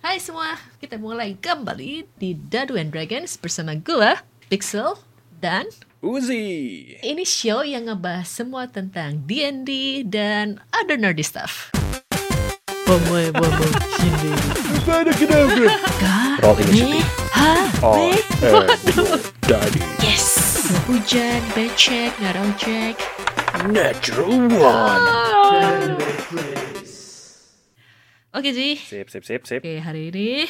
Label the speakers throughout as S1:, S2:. S1: Hai semua, kita mulai kembali di Dadu and Dragons bersama gua, Pixel, dan
S2: Uzi.
S1: ini show yang ngebahas semua tentang D&D dan other nerdy stuff.
S3: Pamoy, pamoy, sini.
S1: Gak,
S2: Roll initiative.
S1: ha,
S2: Daddy.
S1: yes. Hujan, becek, ngarang cek.
S2: Natural one.
S1: Oke Ji,
S2: Sip, sip, sip, sip.
S1: oke
S2: Eh,
S1: hari ini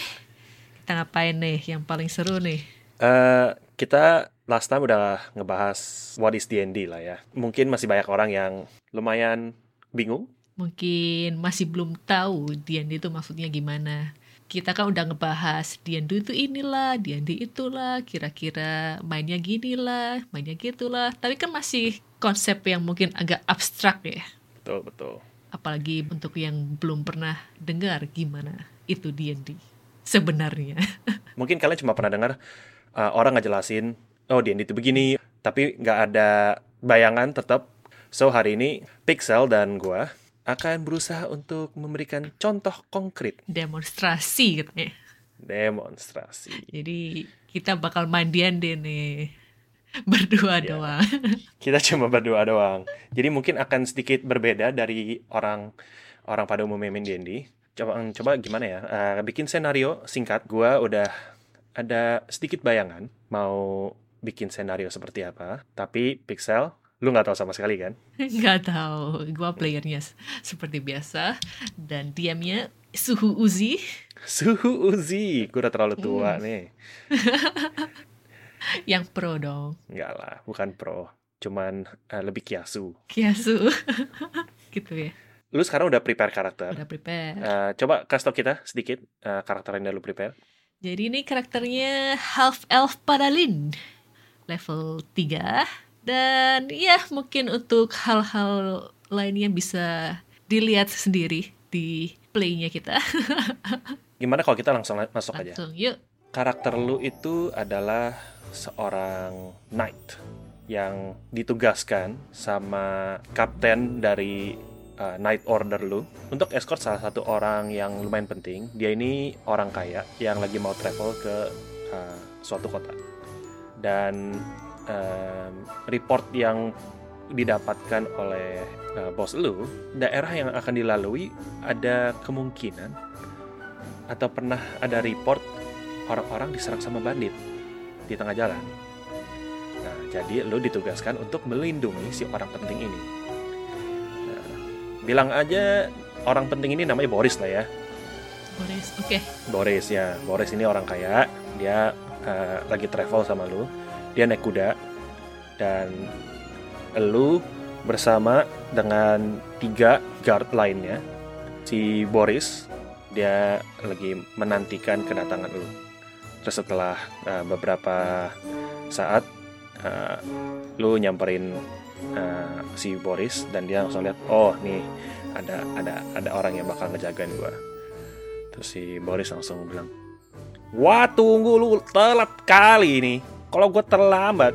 S1: kita ngapain nih yang paling seru nih?
S2: Eh, kita last time udah ngebahas what is D&D lah ya. Mungkin masih banyak orang yang lumayan bingung.
S1: mungkin masih belum tahu D&D itu maksudnya gimana. Kita kan udah ngebahas D&D itu inilah, D&D itulah, kira-kira mainnya gini lah, mainnya gitulah. Tapi kan masih konsep yang mungkin agak abstrak ya.
S2: Betul, betul.
S1: Apalagi untuk yang belum pernah dengar gimana itu D&D sebenarnya.
S2: Mungkin kalian cuma pernah dengar eh, orang ngejelasin, oh D&D itu begini, tapi nggak ada bayangan tetap. So, hari ini Pixel dan gua akan berusaha untuk memberikan contoh konkret
S1: Demonstrasi katanya.
S2: demonstrasi.
S1: Jadi kita bakal main D&D nih. Berdua
S2: Ya.
S1: doang.
S2: kita cuma berdua doang. Jadi mungkin akan sedikit berbeda dari orang orang pada umumnya main D&D. Coba coba gimana ya? Eh, bikin senario singkat. Gua udah ada sedikit bayangan mau bikin senario seperti apa. Tapi Pixel, lu nggak tahu sama sekali kan?
S1: Nggak tahu, gua playernya s- seperti biasa dan diamnya suhu Uzi.
S2: Suhu Uzi, gua udah terlalu tua
S1: Hmm.
S2: nih.
S1: yang pro dong.
S2: Enggak lah, bukan pro. Cuman eh, lebih kiasu.
S1: Kiasu. Iya, gitu ya.
S2: Lu sekarang udah prepare karakter.
S1: Udah prepare.
S2: Eh, coba kasih tau kita sedikit eh, karakter yang udah lu prepare.
S1: Jadi ini karakternya half elf Paralin level 3 dan ya mungkin untuk hal-hal lainnya bisa dilihat sendiri di playnya kita.
S2: Gimana kalau kita langsung la- masuk aja?
S1: Langsung yuk.
S2: karakter lu itu adalah seorang knight yang ditugaskan sama kapten dari uh, knight order lu untuk escort salah satu orang yang lumayan penting. Dia ini orang kaya yang lagi mau travel ke uh, suatu kota. Dan um, report yang didapatkan oleh uh, bos lu, daerah yang akan dilalui ada kemungkinan atau pernah ada report orang-orang diserang sama bandit di tengah jalan. Nah, jadi lo ditugaskan untuk melindungi si orang penting ini. Nah, bilang aja orang penting ini namanya Boris lah ya.
S1: Boris. Oke.
S2: Boris ya, Boris ini orang kaya, dia eh, lagi travel sama lu, dia naik kuda, dan lu bersama dengan tiga guard lainnya, si Boris dia lagi menantikan kedatangan lu. Terus setelah eh, beberapa saat, eh, lu nyamperin eh, si Boris dan dia langsung lihat, oh nih ada ada ada orang yang bakal ngejagain gua. Terus si Boris langsung bilang, Wah tunggu lu telat kali ini. Kalau gue terlambat,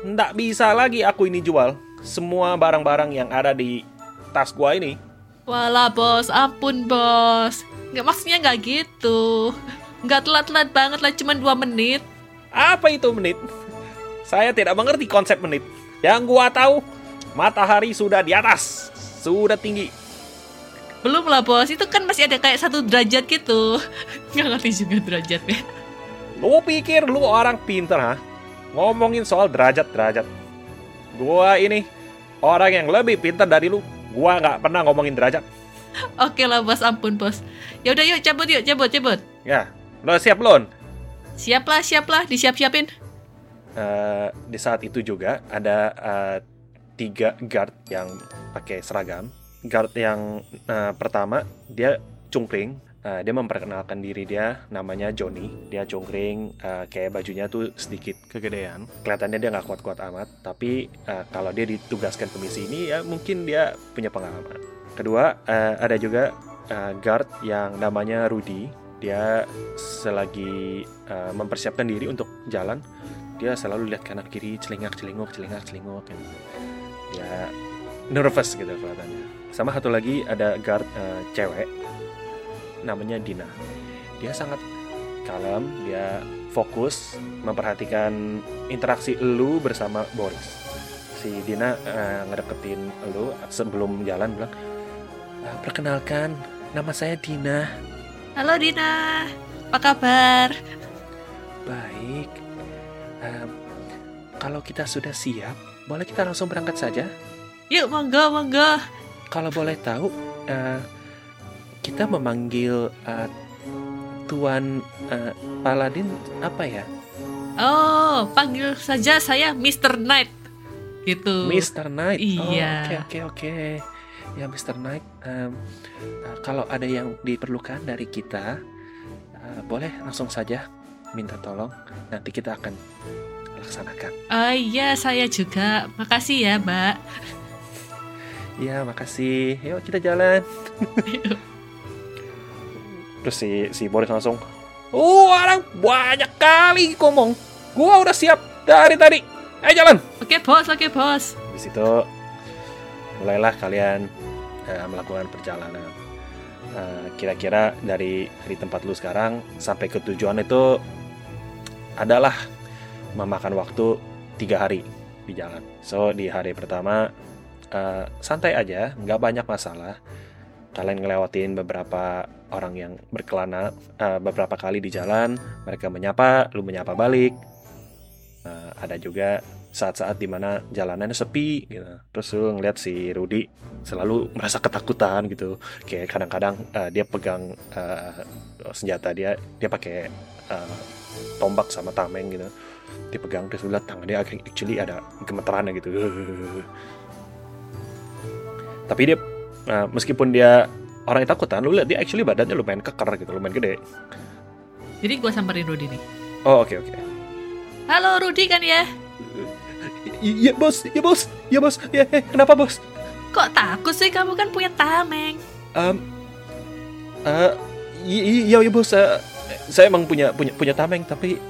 S2: ndak bisa lagi aku ini jual. Semua barang-barang yang ada di tas gua ini.
S1: Walah bos, ampun bos. Nggak maksudnya nggak gitu. Nggak telat-telat banget lah, cuman dua menit.
S2: Apa itu menit? Saya tidak mengerti konsep menit. Yang gua tahu, matahari sudah di atas, sudah tinggi.
S1: Belum lah bos, itu kan masih ada kayak satu derajat gitu. Nggak ngerti juga derajatnya.
S2: Lu pikir lu orang pinter ha? Ngomongin soal derajat-derajat. Gua ini orang yang lebih pinter dari lu. Gua nggak pernah ngomongin derajat.
S1: Oke lah bos, ampun bos. Ya udah yuk cabut yuk, cabut, cabut.
S2: Ya, lo siap belum?
S1: Siaplah, siaplah, disiap-siapin.
S2: Eh, di saat itu juga ada eh, tiga guard yang pakai seragam. Guard yang eh, pertama dia cungkring, Eh, dia memperkenalkan diri dia namanya Johnny. Dia cungkring, eh, kayak bajunya tuh sedikit kegedean. Kelihatannya dia nggak kuat-kuat amat, tapi eh, kalau dia ditugaskan ke misi ini ya mungkin dia punya pengalaman. Kedua eh, ada juga eh, guard yang namanya Rudy. Dia selagi eh, mempersiapkan diri untuk jalan dia selalu lihat kanan kiri celingak celinguk celingak celinguk gitu. dia nervous gitu kelihatannya sama satu lagi ada guard eh, cewek namanya Dina dia sangat kalem, dia fokus memperhatikan interaksi lu bersama Boris. Si Dina eh, ngedeketin lu sebelum jalan bilang, "Ah, perkenalkan, nama saya Dina.
S1: Halo Dina, apa kabar?
S2: Baik. Em, kalau kita sudah siap, boleh kita langsung berangkat saja?
S1: Yuk monggo monggo.
S2: Kalau boleh tahu, eh, kita memanggil eh, Tuan eh, Paladin apa ya?
S1: Oh panggil saja saya Mr. Knight. Gitu.
S2: Mr. Knight. Oh,
S1: Iya.
S2: Oke oke oke. Ya Mr. Knight, em, eh, kalau ada yang diperlukan dari kita, eh, boleh langsung saja minta tolong. Nanti kita akan laksanakan.
S1: Oh iya saya juga. Makasih ya Mbak.
S2: Ya makasih. Yuk kita jalan. Terus si si Boris langsung, oh orang banyak kali ngomong. Gua udah siap dari tadi. Ayo jalan.
S1: Oke bos, oke bos.
S2: Di situ mulailah kalian eh, melakukan perjalanan. Eh, Kira-kira dari dari tempat lu sekarang sampai ke tujuan itu adalah memakan waktu tiga hari di jalan. So di hari pertama eh, santai aja, nggak banyak masalah. Kalian ngelewatin beberapa orang yang berkelana eh, beberapa kali di jalan, mereka menyapa, lu menyapa balik. Eh, ada juga saat-saat dimana jalanannya sepi gitu terus lu ngeliat si Rudy selalu merasa ketakutan gitu kayak kadang-kadang eh, dia pegang eh, senjata dia dia pakai eh, tombak sama tameng gitu dia pegang terus lu liat tangan dia akhirnya actually ada gemeteran gitu tapi dia eh, meskipun dia orang yang takutan lu liat dia actually badannya lumayan keker gitu lumayan gede
S1: Jadi gua samperin Rudy nih.
S2: oh oke oke
S1: Halo Rudy kan ya?
S2: iya bos iya bos iya bos ya eh, kenapa bos
S1: Kok takut sih kamu kan punya tameng?
S2: Um, eh, i- i- iya ibu saya, saya emang punya punya punya tameng tapi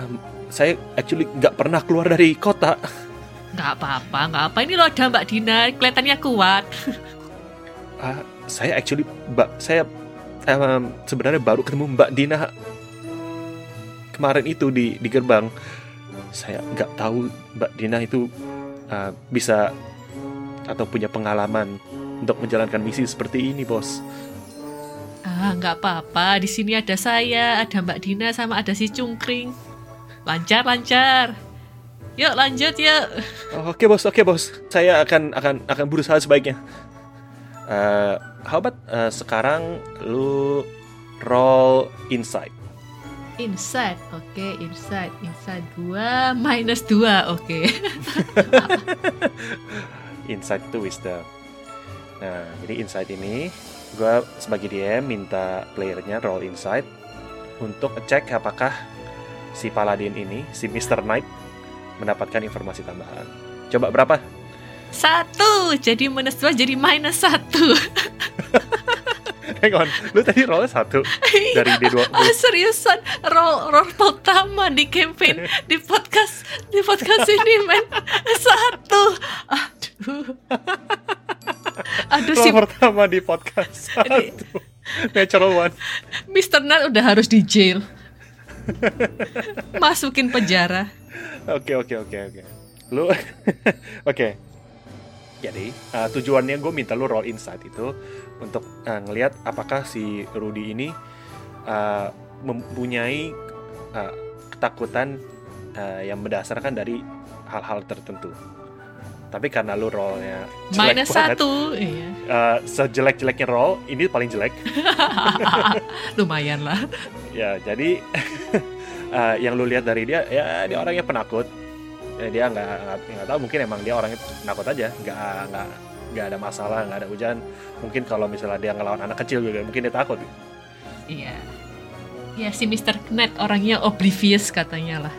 S2: em, saya actually nggak pernah keluar dari kota.
S1: Nggak apa-apa, nggak apa. Ini loh ada Mbak Dina, kelihatannya kuat.
S2: Ah, saya actually mbak saya em, sebenarnya baru ketemu Mbak Dina kemarin itu di di gerbang. Saya nggak tahu Mbak Dina itu eh, bisa atau punya pengalaman untuk menjalankan misi seperti ini bos.
S1: Ah, nggak apa-apa. Di sini ada saya, ada Mbak Dina, sama ada si Cungkring. Lancar, lancar. Yuk lanjut yuk.
S2: Oh, Oke bos, oke bos. Saya akan akan akan berusaha sebaiknya. Eh, how about eh, sekarang lu roll insight.
S1: Inside, oke, inside, inside gua minus dua, oke.
S2: Insight itu wisdom. Nah, jadi insight ini gua sebagai DM minta playernya roll insight untuk cek apakah si paladin ini, si Mr. Knight mendapatkan informasi tambahan. Coba berapa?
S1: Satu, jadi minus dua, jadi minus satu.
S2: Hang on, lu tadi rollnya satu dari D20.
S1: Oh seriusan, roll roll pertama di campaign di podcast di podcast ini men satu. Aduh. Aduh si
S2: Roll pertama di podcast
S1: Ini-
S2: satu. Natural one.
S1: Mr. Nat udah harus di jail. Masukin penjara.
S2: Oke oke oke oke. Lu oke. Jadi uh, tujuannya gue minta lu roll insight itu untuk uh, ngelihat apakah si Rudy ini uh, mempunyai uh, ketakutan uh, yang berdasarkan dari hal-hal tertentu. Tapi karena lu rollnya jelek
S1: Minus
S2: banget,
S1: satu. Iya.
S2: uh, sejelek-jeleknya roll ini paling jelek.
S1: Lumayan lah.
S2: ya jadi eh, yang lu lihat dari dia ya dia orangnya penakut Ya, dia nggak nggak- nggak tahu mungkin emang dia orangnya penakut aja nggak nggak nggak ada masalah nggak ada hujan mungkin kalau misalnya dia ngelawan anak kecil juga mungkin dia takut
S1: Iya. Ya si Mr. Knight orangnya oblivious katanya lah.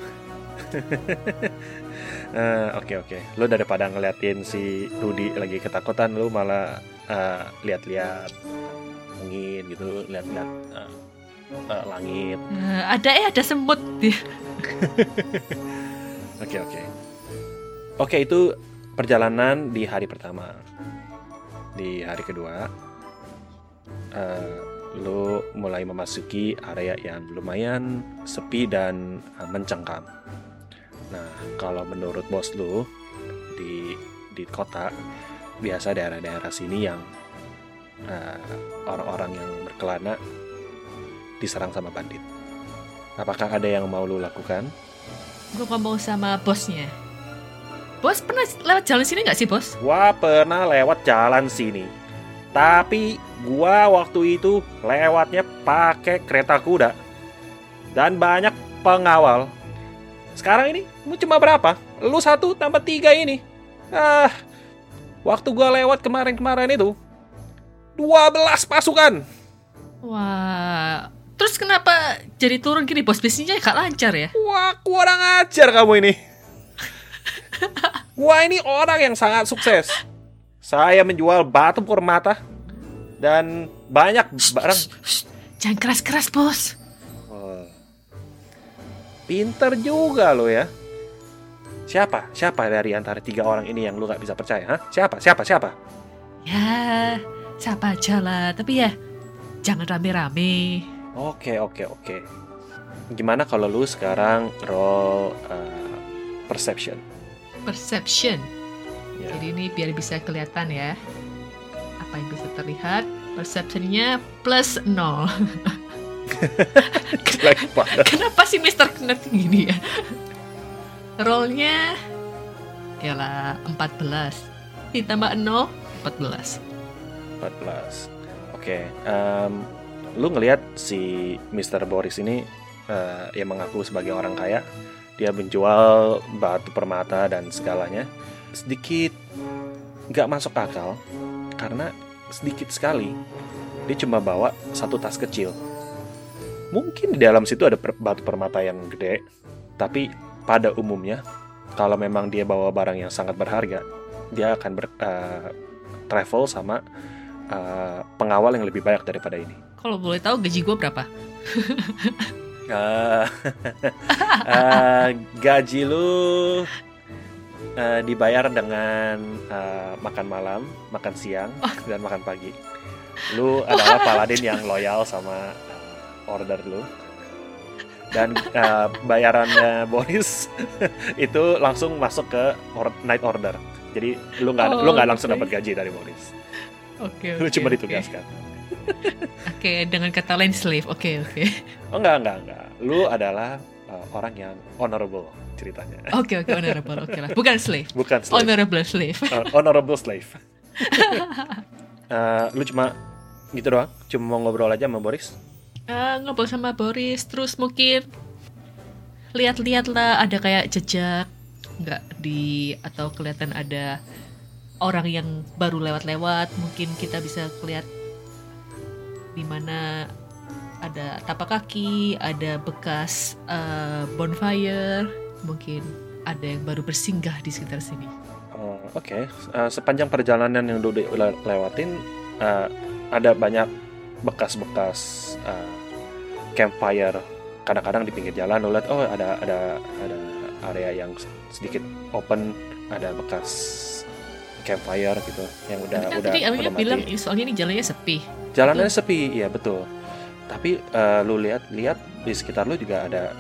S2: Eh, oke oke lu daripada ngeliatin si Rudy lagi ketakutan lu malah eh, lihat-lihat angin gitu lihat-lihat eh, eh, langit
S1: Eh, ada eh ada semut.
S2: Oke oke. Oke itu perjalanan di hari pertama. Di hari kedua, eh, Lu mulai memasuki area yang lumayan sepi dan eh, mencengkam. Nah, kalau menurut bos lu di di kota biasa daerah-daerah sini yang eh, orang-orang yang berkelana diserang sama bandit. Apakah ada yang mau lu lakukan?
S1: Gue ngomong sama bosnya. Bos pernah lewat jalan sini nggak sih bos?
S2: Gua pernah lewat jalan sini. Tapi gua waktu itu lewatnya pakai kereta kuda. Dan banyak pengawal. Sekarang ini lu cuma berapa? Lu satu tambah tiga ini. Ah, waktu gua lewat kemarin-kemarin itu 12 pasukan.
S1: Wah, terus kenapa jadi turun gini bos? Bisnisnya gak lancar ya?
S2: Wah, kurang ajar kamu ini. Gua ini orang yang sangat sukses. Saya menjual batu permata dan banyak barang.
S1: Jangan keras-keras bos.
S2: Oh. Pinter juga lo ya. Siapa? Siapa dari antara tiga orang ini yang lu gak bisa percaya? Hah? Siapa? Siapa? Siapa?
S1: Ya, siapa aja lah. Tapi ya, jangan rame-rame.
S2: Oke, oke, oke. Gimana kalau lu sekarang roll uh, perception?
S1: Perception.
S2: Ya.
S1: Jadi ini biar bisa kelihatan ya. Apa yang bisa terlihat. Perceptionnya plus 0.
S2: Jelek banget.
S1: Kenapa sih Mr. Kenneth gini ya? Rollnya ya Yalah 14 Ditambah 0 14
S2: 14. Oke, em, lu ngelihat si Mr. Boris ini eh, yang mengaku sebagai orang kaya, dia menjual batu permata dan segalanya. Sedikit nggak masuk akal karena sedikit sekali dia cuma bawa satu tas kecil. Mungkin di dalam situ ada per- batu permata yang gede, tapi pada umumnya kalau memang dia bawa barang yang sangat berharga, dia akan ber, eh, travel sama uh, pengawal yang lebih banyak daripada ini.
S1: Kalau boleh tahu gaji gue berapa?
S2: Uh, uh, gaji lu uh, dibayar dengan uh, makan malam, makan siang, dan makan pagi. Lu adalah paladin yang loyal sama uh, order lu. Dan uh, bayarannya Boris itu langsung masuk ke or- night order. Jadi lu nggak
S1: Oh,
S2: lu nggak langsung
S1: oke.
S2: dapat gaji dari Boris.
S1: Oke
S2: Lu
S1: oke,
S2: cuma
S1: oke.
S2: ditugaskan.
S1: Oke dengan kata lain slave Oke oke
S2: Oh, enggak, enggak, enggak. Lu adalah uh, orang yang honorable ceritanya.
S1: Oke oke honorable Oke lah Bukan slave
S2: Bukan slave.
S1: Honorable slave
S2: Uh, honorable slave. Uh, lu cuma gitu doang? Cuma mau ngobrol aja sama Boris?
S1: Ah, Ngobrol sama Boris Terus mungkin Lihat-lihat lah Ada kayak jejak Nggak di Atau kelihatan ada Orang yang baru lewat-lewat Mungkin kita bisa lihat di mana ada tapak kaki, ada bekas eh, bonfire, mungkin ada yang baru bersinggah di sekitar sini.
S2: Oh, Oke, Uh, sepanjang perjalanan yang lu di- le- lewatin uh, ada banyak bekas-bekas uh, campfire. Kadang-kadang di pinggir jalan lu lihat oh ada ada ada area yang sedikit open, ada bekas campfire gitu yang udah
S1: Tapi kan
S2: udah
S1: tadi Aminya
S2: udah mati.
S1: bilang "Ih, soalnya ini jalannya sepi.
S2: Jalanannya sepi, iya betul. Tapi eh, lu lihat lihat di sekitar lu juga ada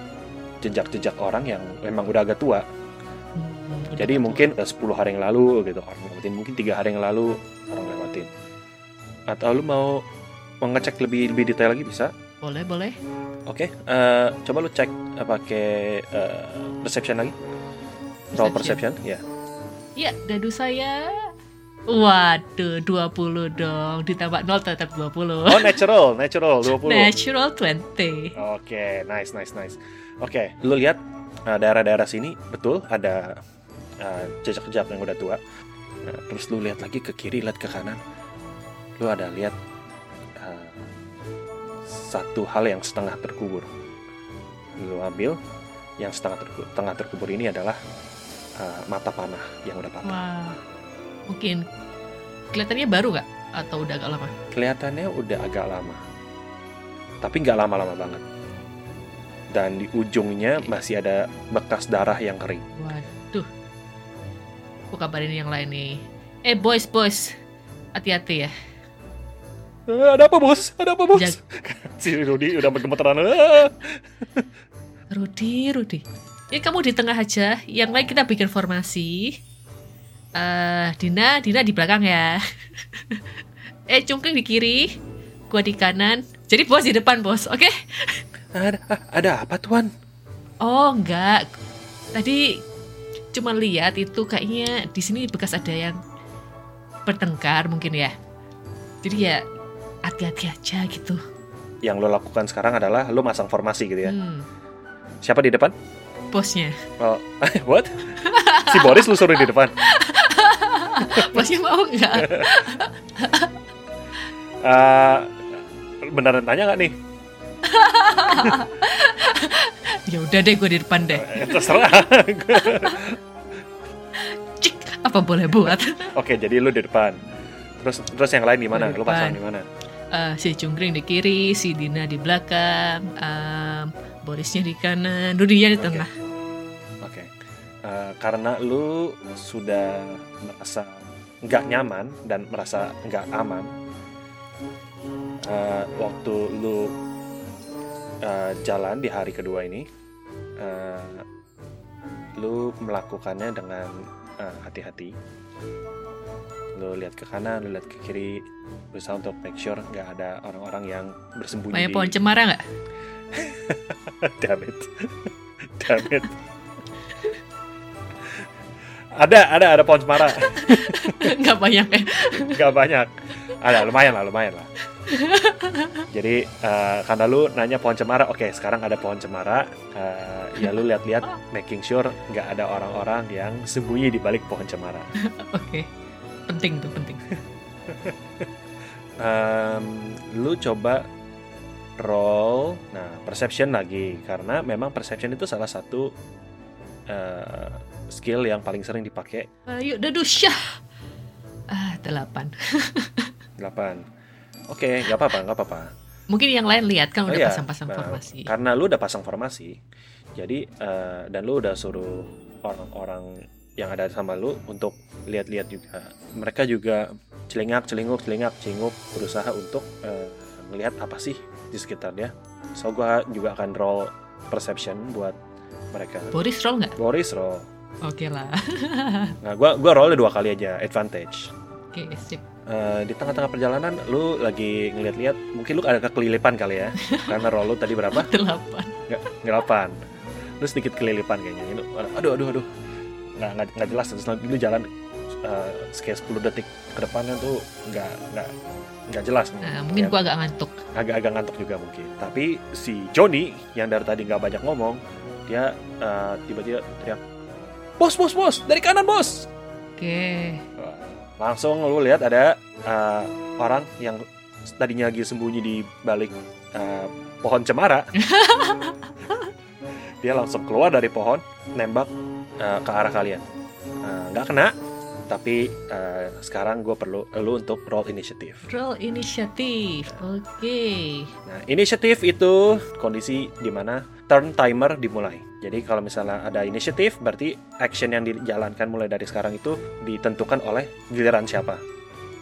S2: jejak-jejak orang yang memang udah agak tua.
S1: Hmm, udah
S2: Jadi
S1: tua.
S2: mungkin eh, 10 hari yang lalu gitu orang lewatin, mungkin tiga hari yang lalu orang lewatin. Atau lu mau mengecek lebih lebih detail lagi bisa?
S1: boleh boleh.
S2: Oke, eh, coba lu cek eh, pakai eh, perception lagi. Roll perception, ya.
S1: Ya, dadu saya. Waduh, 20 dong. Ditambah 0 tetap 20.
S2: Oh, natural, natural 20.
S1: Natural 20.
S2: Oke, nice, nice, nice. Oke, lu lihat uh, daerah-daerah sini betul ada uh, jejak-jejak yang udah tua. Nah, terus lu lihat lagi ke kiri, lihat ke kanan. Lu ada lihat uh, satu hal yang setengah terkubur. Lu ambil yang setengah terku- tengah terkubur ini adalah uh, mata panah yang udah patah.
S1: Wah. Mungkin kelihatannya baru nggak? Atau udah agak lama?
S2: kelihatannya udah agak lama tapi nggak lama-lama banget dan di ujungnya masih ada bekas darah yang kering
S1: Waduh. Aku kabarin yang lain nih. Eh, boys, boys. Hati-hati ya.
S2: "Eh, ada apa bos? Ada apa bos?
S1: Jag-
S2: si Rudy udah bergemeteran. "Eh."
S1: Rudi, Rudi. Ini kamu di tengah aja. Yang lain kita bikin formasi. Eh, Dina, Dina di belakang ya. eh, Cungkring di kiri, gua di kanan. Jadi bos di depan bos, oke?
S2: ada, ada apa tuan?
S1: Oh enggak, tadi cuma lihat itu kayaknya di sini bekas ada yang bertengkar mungkin ya. Jadi ya hati-hati aja gitu.
S2: Yang lo lakukan sekarang adalah lo masang formasi gitu ya.
S1: Hmm,
S2: Siapa di depan?
S1: bosnya,
S2: Oh, what? Si Boris lu suruh di depan.
S1: bosnya mau nggak?
S2: Eh, beneran tanya nggak nih?
S1: ya udah deh, gue di depan deh.
S2: Eh, Terserah.
S1: Cik, apa boleh buat?
S2: Oke, jadi lu di depan. Terus terus yang lain di mana?
S1: Di
S2: Lu pasang
S1: depan.
S2: di mana?
S1: Eh, si Cungkring di kiri, si Dina di belakang, em, Borisnya di kanan, Dudinya di
S2: Oke.
S1: tengah.
S2: Oke. Eh, karena lu sudah merasa nggak nyaman dan merasa nggak aman, eh, waktu lu eh, jalan di hari kedua ini, eh, lu melakukannya dengan eh, hati-hati. Lu lihat ke kanan, lu lihat ke kiri, berusaha untuk make sure nggak ada orang-orang yang bersembunyi.
S1: Banyak
S2: di-
S1: pohon cemara nggak?
S2: Damn it. Damn it. ada, ada, ada pohon cemara.
S1: Nggak banyak ya?
S2: Gak banyak. Ada, lumayan lah, lumayan lah. Jadi eh, karena lu nanya pohon cemara, oke sekarang ada pohon cemara. Eh, ya lu lihat-lihat, making sure nggak ada orang-orang yang sembunyi di balik pohon cemara.
S1: Oke, penting tuh penting.
S2: Em, lu coba roll, nah perception lagi karena memang perception itu salah satu eh, skill yang paling sering dipakai
S1: Ayo, daduh Eh, syah. Ah, delapan.
S2: 8 Oke, nggak apa-apa, nggak apa-apa.
S1: Mungkin yang lain lihat kan
S2: Oh
S1: udah
S2: iya,
S1: pasang-pasang
S2: nah,
S1: formasi.
S2: Karena lu udah pasang formasi, jadi eh, dan lu udah suruh orang-orang yang ada sama lu untuk lihat-lihat juga. Mereka juga celingak, celinguk, celingak, celinguk, berusaha untuk eh, melihat apa sih di sekitarnya. So gua juga akan roll perception buat mereka.
S1: Boris roll nggak?
S2: Boris roll.
S1: Oke lah.
S2: Nah, gua gua rollnya dua kali aja, advantage.
S1: Oke, sip.
S2: Eh, di tengah-tengah perjalanan lu lagi ngeliat-liat mungkin lu ada kelilipan kali ya karena roll lu tadi berapa
S1: Delapan.
S2: nggak ngelapan lu sedikit kelilipan kayaknya Ini, aduh aduh aduh nggak nggak, nggak jelas terus nanti lu jalan eh, sekitar 10 detik ke depannya tuh nggak nggak nggak jelas
S1: Nah, mungkin
S2: Ya,
S1: gua agak ngantuk.
S2: agak-agak ngantuk juga mungkin tapi si Joni yang dari tadi nggak banyak ngomong dia eh, tiba-tiba teriak bos bos bos dari kanan bos
S1: Oke.
S2: langsung lu lihat ada eh, orang yang tadinya lagi sembunyi di balik eh, pohon cemara dia langsung keluar dari pohon nembak eh, ke arah kalian Eh, nggak kena tapi eh, sekarang gue perlu lu untuk roll inisiatif
S1: Roll inisiatif. Oke.
S2: Nah, inisiatif itu kondisi di mana turn timer dimulai. Jadi kalau misalnya ada inisiatif, berarti action yang dijalankan mulai dari sekarang itu ditentukan oleh giliran siapa.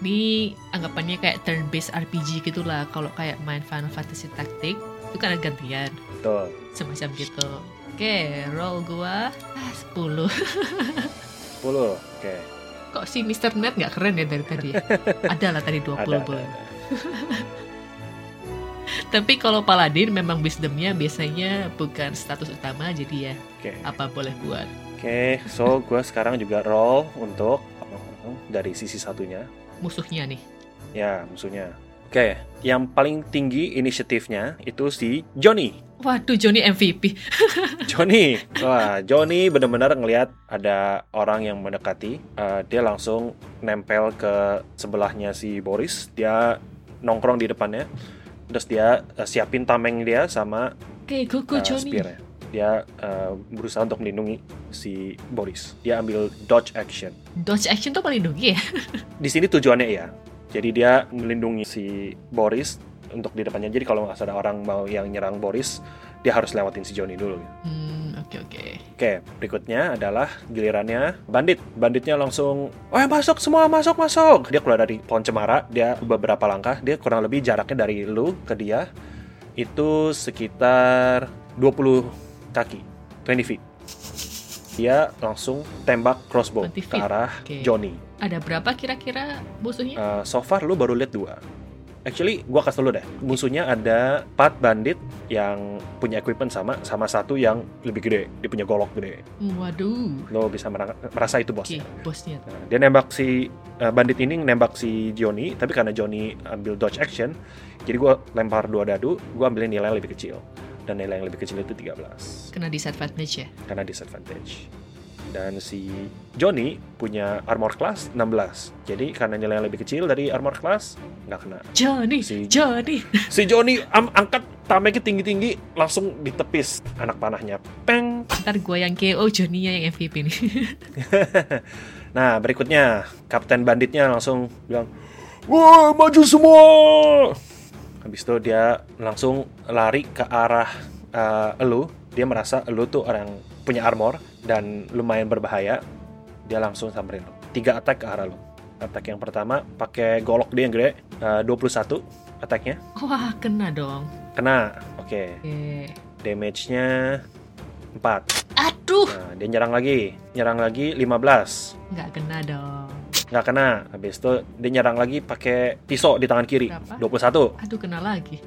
S1: Ini anggapannya kayak turn based RPG gitulah. Kalau kayak main Final Fantasy Tactic itu kan ada gantian
S2: Betul.
S1: semacam gitu. Oke, roll gua ah, 10.
S2: 10. Oke.
S1: Kok si Mr. Net nggak keren ya dari tadi? ya? ada lah tadi 20
S2: Ada. ada,
S1: boleh.
S2: ada.
S1: Tapi kalau paladin memang wisdomnya biasanya bukan status utama jadi ya
S2: Oke.
S1: apa boleh buat.
S2: Oke, so gue sekarang juga roll untuk dari sisi satunya.
S1: Musuhnya nih.
S2: Ya, musuhnya. Oke, yang paling tinggi inisiatifnya itu si Johnny.
S1: Waduh Johnny MVP.
S2: Johnny, wah Johnny benar-benar ngelihat ada orang yang mendekati. Eh, dia langsung nempel ke sebelahnya si Boris. Dia nongkrong di depannya. Terus dia eh, siapin tameng dia sama
S1: Oke, go go
S2: eh,
S1: Johnny.
S2: spear-nya. Dia eh, berusaha untuk melindungi si Boris. Dia ambil dodge action.
S1: Dodge action tuh melindungi ya.
S2: Di sini tujuannya ya. Jadi dia melindungi si Boris untuk di depannya. Jadi kalau nggak ada orang mau yang nyerang Boris, dia harus lewatin si Johnny dulu.
S1: Hmm, oke oke.
S2: Oke, berikutnya adalah gilirannya bandit. Banditnya langsung, "Wah, masuk semua, masuk, masuk." Dia keluar dari pohon cemara, dia beberapa langkah, dia kurang lebih jaraknya dari lu ke dia itu sekitar 20 kaki, 20 feet. Dia langsung tembak crossbow
S1: 20
S2: ke
S1: feet.
S2: arah
S1: Oke.
S2: Ah, Johnny.
S1: Ada berapa kira-kira musuhnya?
S2: Uh, so far lu baru lihat dua. Actually, gua kasih dulu deh. Musuhnya ada 4 bandit yang punya equipment sama, sama satu yang lebih gede. Dia punya golok gede.
S1: Hmm, Waduh.
S2: Lo bisa merang- merasa itu
S1: Oke,
S2: bosnya.
S1: bosnya.
S2: Nah, dia nembak si uh, bandit ini nembak si Johnny, tapi karena Johnny ambil dodge action, jadi gua lempar dua dadu, gua ambilin nilai yang lebih kecil. Dan nilai yang lebih kecil itu 13
S1: Kena disadvantage ya.
S2: karena disadvantage. Dan si Johnny punya armor class 16. Jadi karena nilai yang lebih kecil dari armor class nggak kena.
S1: Johnny,
S2: Si-
S1: Johnny.
S2: Si Johnny am- angkat tameknya tinggi-tinggi langsung ditepis anak panahnya. Peng.
S1: Ntar gue yang KO, Johnny-nya yang MVP nih.
S2: Nah, berikutnya kapten banditnya langsung bilang, "Wah, maju semua!" Habis itu dia langsung lari ke arah eh, elu. Dia merasa elu tuh orang punya armor dan lumayan berbahaya. Dia langsung samperin lu. Tiga attack ke arah lu. Attack yang pertama pakai golok dia yang gede, eh, 21 attacknya.
S1: Wah, kena dong.
S2: Kena. Oke,
S1: Oke.
S2: damage-nya 4.
S1: Aduh,
S2: Nah, dia nyerang lagi. Nyerang lagi 15.
S1: nggak kena dong.
S2: nggak kena habis itu dia nyerang lagi pakai pisau di tangan kiri
S1: Berapa?
S2: 21
S1: Aduh, kena lagi.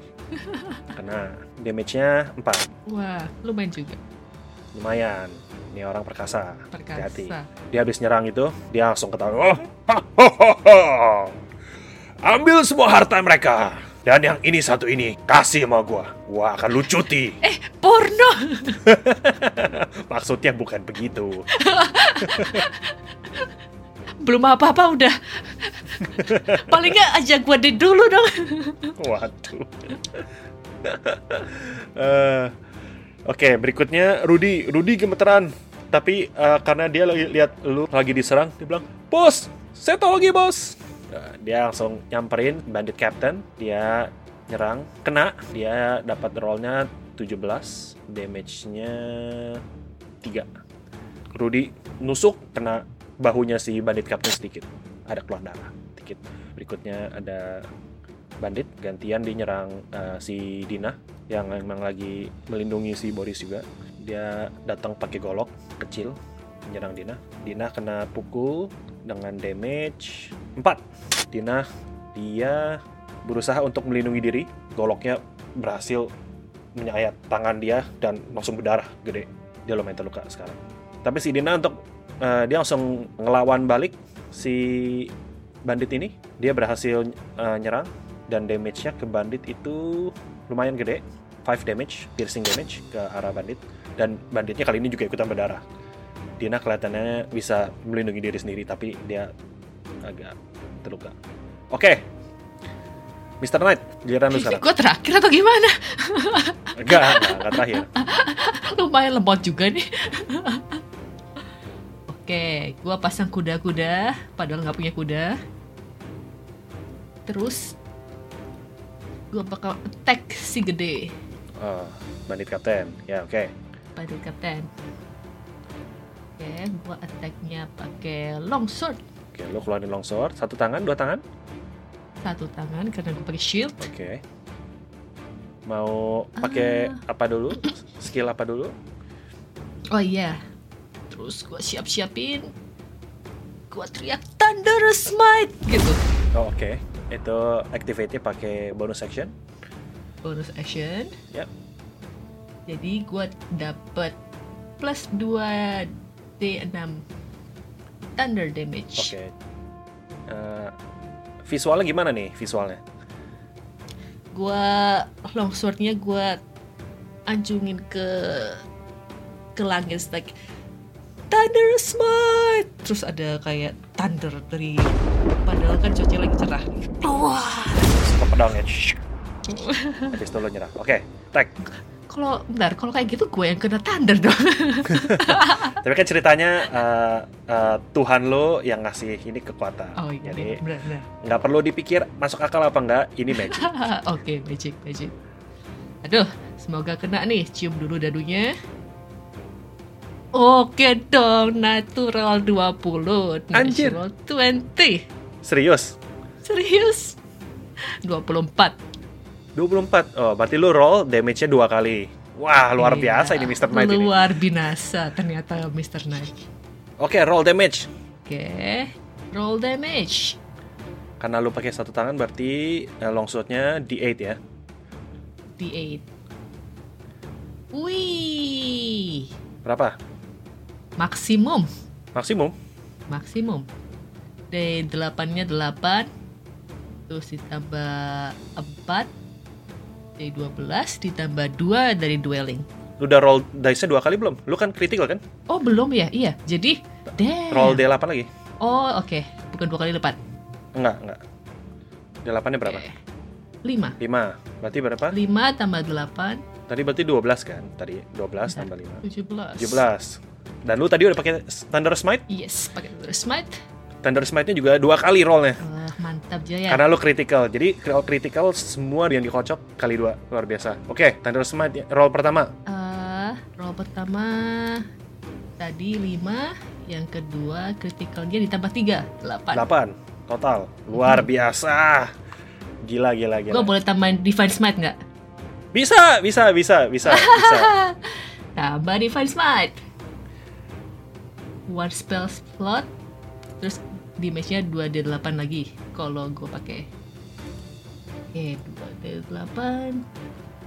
S2: kena damage-nya 4
S1: Wah, lumayan juga.
S2: lumayan ini orang perkasa Hati-hati.
S1: Perkasa.
S2: dia habis nyerang itu dia langsung ketawa "Oh, ha, ho, ho, ho. ambil semua harta mereka dan yang ini satu ini kasih sama gua gua akan lucuti
S1: Eh, Porno.
S2: maksudnya bukan begitu
S1: Belum apa-apa udah. Paling nggak ajak gue date dulu dong.
S2: Waduh. Eh, Oke, berikutnya Rudy. Rudy gemeteran. Tapi eh, karena dia lagi lihat lu lagi diserang, dia bilang, "Bos, saya tahu lagi, Bos." Nah, dia langsung nyamperin bandit captain. Dia nyerang, kena. Dia dapat rollnya 17, damage-nya 3. Rudy nusuk kena bahunya si bandit captain sedikit. Ada keluar darah sedikit. Berikutnya ada bandit gantian dia nyerang eh, si Dina yang memang lagi melindungi si Boris juga dia datang pakai golok kecil menyerang Dina Dina kena pukul dengan damage 4 Dina dia berusaha untuk melindungi diri goloknya berhasil menyayat tangan dia dan langsung berdarah gede dia lumayan terluka sekarang tapi si Dina untuk eh, dia langsung ngelawan balik si bandit ini dia berhasil eh, nyerang dan damage-nya ke bandit itu lumayan gede 5 damage, piercing damage ke arah bandit dan banditnya kali ini juga ikutan berdarah Dina kelihatannya bisa melindungi diri sendiri tapi dia agak terluka oke Mr. Knight, giliran lu sekarang.
S1: Gue terakhir atau gimana?
S2: Enggak, enggak, enggak terakhir.
S1: Lumayan lemot juga nih. Oke, gua pasang kuda-kuda, padahal nggak punya kuda. Terus gua bakal attack si gede
S2: Oh, bandit kapten. Ya, oke.
S1: pada kapten. Oke, gua attacknya pakai longsword
S2: Oke, lu keluarin longsword, satu tangan, dua tangan.
S1: satu tangan karena gua pakai shield.
S2: Oke. Mau pakai
S1: Ah.
S2: apa dulu? Skill apa dulu?
S1: Oh iya. Terus gua siap-siapin. Gua teriak thunder smite gitu.
S2: Oh, oke. Itu activate-nya pakai bonus action. Ya,
S1: bonus action.
S2: Yap.
S1: Jadi gue dapet plus 2 D6 thunder damage.
S2: Oke. Eh, visualnya gimana nih visualnya?
S1: Gua longswordnya gue anjungin ke ke langit like thunder smite. Terus ada kayak thunder dari padahal kan cuaca lagi cerah. Wah.
S2: Stop pedangnya. Shhh. Habis itu lo nyerang. Oke, tag.
S1: Kalau bentar, kalau kayak gitu gue yang kena thunder dong.
S2: Tapi kan ceritanya eh, eh, Tuhan lo yang ngasih ini kekuatan.
S1: Oh iya,
S2: Jadi
S1: benar benar.
S2: nggak perlu dipikir masuk akal apa enggak, ini magic.
S1: Oke, magic, magic. Aduh, semoga kena nih. Cium dulu dadunya. Oke dong, natural 20,
S2: Anjir.
S1: natural 20.
S2: Serius?
S1: Serius? 24.
S2: 24. Oh, berarti lu roll damage-nya dua kali. Wah, luar
S1: Iya,
S2: biasa ini Mr. Knight ini.
S1: Luar binasa ternyata Mr. Knight.
S2: Oke, roll damage.
S1: Oke, roll damage.
S2: Karena lu pakai satu tangan berarti eh, longswordnya D8 ya.
S1: D8. Wih,
S2: Berapa?
S1: maksimum,
S2: Maksimum?
S1: maksimum. D 8-nya 8. Terus ditambah 4. D 12 ditambah 2 dari dueling.
S2: Lu udah roll dice-nya dua kali belum? Lu kan critical kan?
S1: Oh, belum ya? Iya. Jadi, damn.
S2: Roll D8 lagi?
S1: Oh, oke. Bukan dua kali lipat.
S2: Enggak, enggak. D8-nya berapa?
S1: 5.
S2: 5. Berarti berapa?
S1: 5 tambah 8,
S2: Tadi berarti 12 kan? Tadi 12
S1: Iya.
S2: tambah 5.
S1: 17.
S2: 17. Dan lu tadi udah pakai Thunder Smite?
S1: Yes, pakai Thunder Smite.
S2: Thunder Smite-nya juga dua kali rollnya.
S1: Wah, mantap Jaya.
S2: Karena lo critical, jadi kalau critical semua yang dikocok kali dua luar biasa. Oke, Thunder Smite roll pertama
S1: Eh, roll pertama tadi 5, yang kedua critical dia ditambah 3, 8.
S2: 8 total, luar biasa. Gila gila
S1: Gue
S2: gila.
S1: Hmm. boleh tambahin Divine Smite nggak?
S2: Bisa bisa bisa bisa bisa.
S1: Tambah Divine Smite. One spell slot, terus damage-nya 2d8 lagi kalau gue pakai. Oke, 2d8.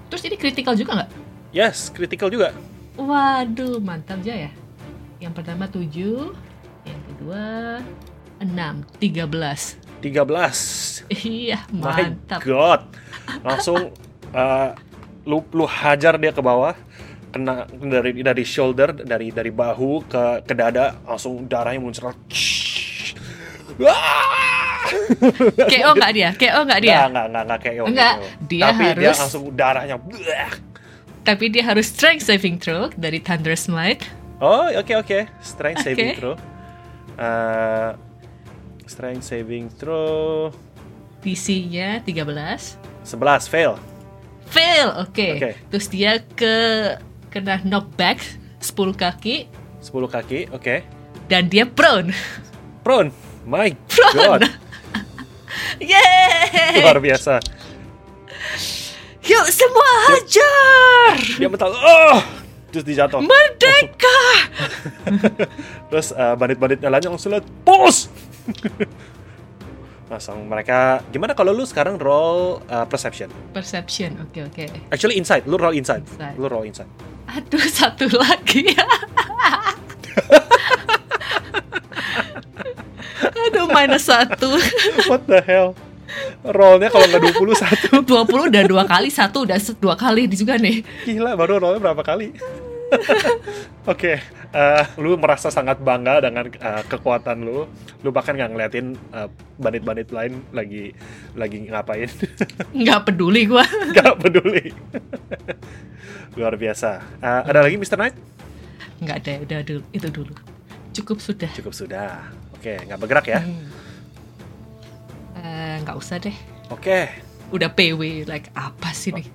S1: Terus ini critical juga nggak?
S2: Yes, critical juga.
S1: Waduh, mantap aja ya. Yang pertama 7, yang kedua 6, 13.
S2: 13.
S1: Iya,
S2: My
S1: mantap.
S2: god. Langsung eh, lu lu hajar dia ke bawah kena dari dari shoulder dari dari bahu ke ke dada langsung darahnya muncrat. Wah!
S1: KO nggak dia? KO nggak dia?
S2: Nggak, nggak, nggak, nggak nah, kayak Yonko.
S1: Nggak, ya? dia
S2: Tapi dia
S1: harus-
S2: langsung darahnya. Bleh.
S1: Tapi dia harus strength saving throw dari Thunder Smite.
S2: Oh, oke, oke. Strength saving
S1: Oke.
S2: throw. Eh, strength saving throw.
S1: DC-nya 13.
S2: 11, fail.
S1: Fail, oke.
S2: Oke.
S1: Terus dia ke kena knockback 10 kaki
S2: 10 kaki, oke.
S1: dan dia prone.
S2: Prone. My God.
S1: Prone. Yeay!
S2: Luar biasa.
S1: Yuk semua hajar!
S2: Dia mental. Oh! Terus dijatuh.
S1: Merdeka!
S2: Terus eh, bandit-banditnya lainnya langsung lihat. Pause! langsung mereka gimana kalau lu sekarang roll eh, perception
S1: Perception, oke oke.
S2: actually inside lu roll inside,
S1: Inside.
S2: lu roll inside
S1: Aduh satu lagi Aduh minus satu
S2: What the hell? Rollnya kalau nggak 21 satu
S1: 20 udah dua kali Satu udah se- dua kali di juga nih
S2: gila baru rollnya berapa kali? Oke, eh, lu merasa sangat bangga dengan eh, kekuatan lu. Lu bahkan nggak ngeliatin eh, bandit-bandit lain lagi lagi ngapain,
S1: Nggak peduli gua
S2: nggak peduli. Luar biasa. Eh, ada lagi Mr. Knight?
S1: Nggak ada udah dulu Itu dulu Cukup sudah
S2: Cukup sudah. Oke, nggak bergerak ya?
S1: Hmm. Eh, Nggak usah deh
S2: Oke,
S1: Udah PW Like apa sih nih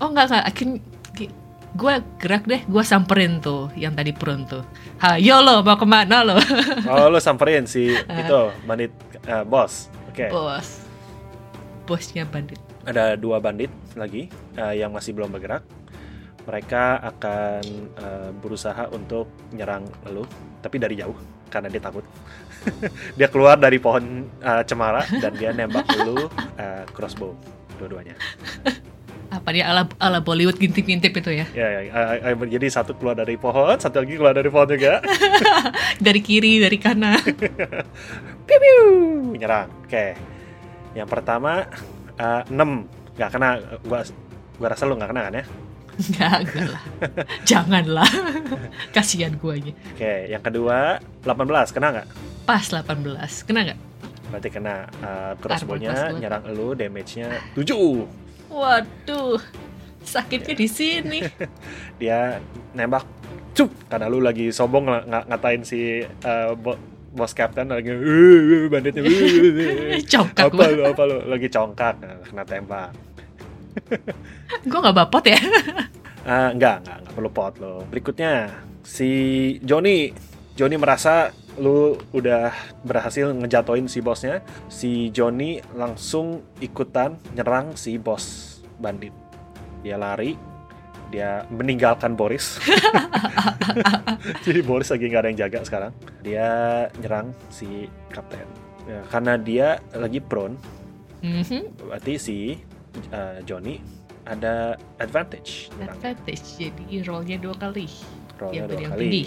S1: Oh nggak nggak I can- gi- Gua gerak deh Gua samperin tuh Yang tadi prone tuh Hayo lo mau kemana lo
S2: oh lu samperin si itu bandit eh, bos. Oke.
S1: Bos Bosnya bandit
S2: ada dua bandit lagi eh, yang masih belum bergerak. Mereka akan eh, berusaha untuk nyerang lu, tapi dari jauh karena dia takut. dia keluar dari pohon eh, cemara dan dia nembak lu eh, crossbow dua-duanya.
S1: apa dia ala ala Bollywood ngintip-ngintip itu ya
S2: Ya, ya, eh, eh, jadi satu keluar dari pohon, satu lagi keluar dari pohon juga.
S1: dari kiri dari kanan
S2: Piu, piu, nyerang. Oke. Yang pertama 6 nggak kena. Gua gua rasa lu nggak kena kan ya?
S1: enggak enggak lah janganlah kasihan guanya
S2: Oke, yang kedua 18 kena nggak?
S1: pas 18 kena nggak
S2: Berarti kena uh, crossbow-nya
S1: crossbow.
S2: nyerang elu, damage-nya 7.
S1: waduh sakitnya di sini
S2: Dia nembak cup karena lu lagi sombong ng- ng- ngatain si uh, bo- bos captain lagi "Eh, eh, banditnya eh, eh, eh."
S1: congkak
S2: apa
S1: gua
S2: lu apa lu lagi congkak Nah, kena tembak.
S1: Gue nggak bapot ya.
S2: Ah, enggak, enggak, enggak perlu pot lo. Berikutnya, si Joni. Joni merasa lu udah berhasil ngejatoin si bosnya. Si Joni langsung ikutan nyerang si bos bandit. Dia lari, dia meninggalkan Boris. Jadi Boris lagi nggak ada yang jaga sekarang. Dia nyerang si kapten. Ya, karena dia lagi prone,
S1: Mhm,
S2: berarti si uh, Johnny ada advantage nyerangnya.
S1: Advantage. Jadi rollnya dua kali.
S2: rollnya
S1: yang
S2: Oh, dua
S1: beda yang
S2: kali.
S1: tinggi.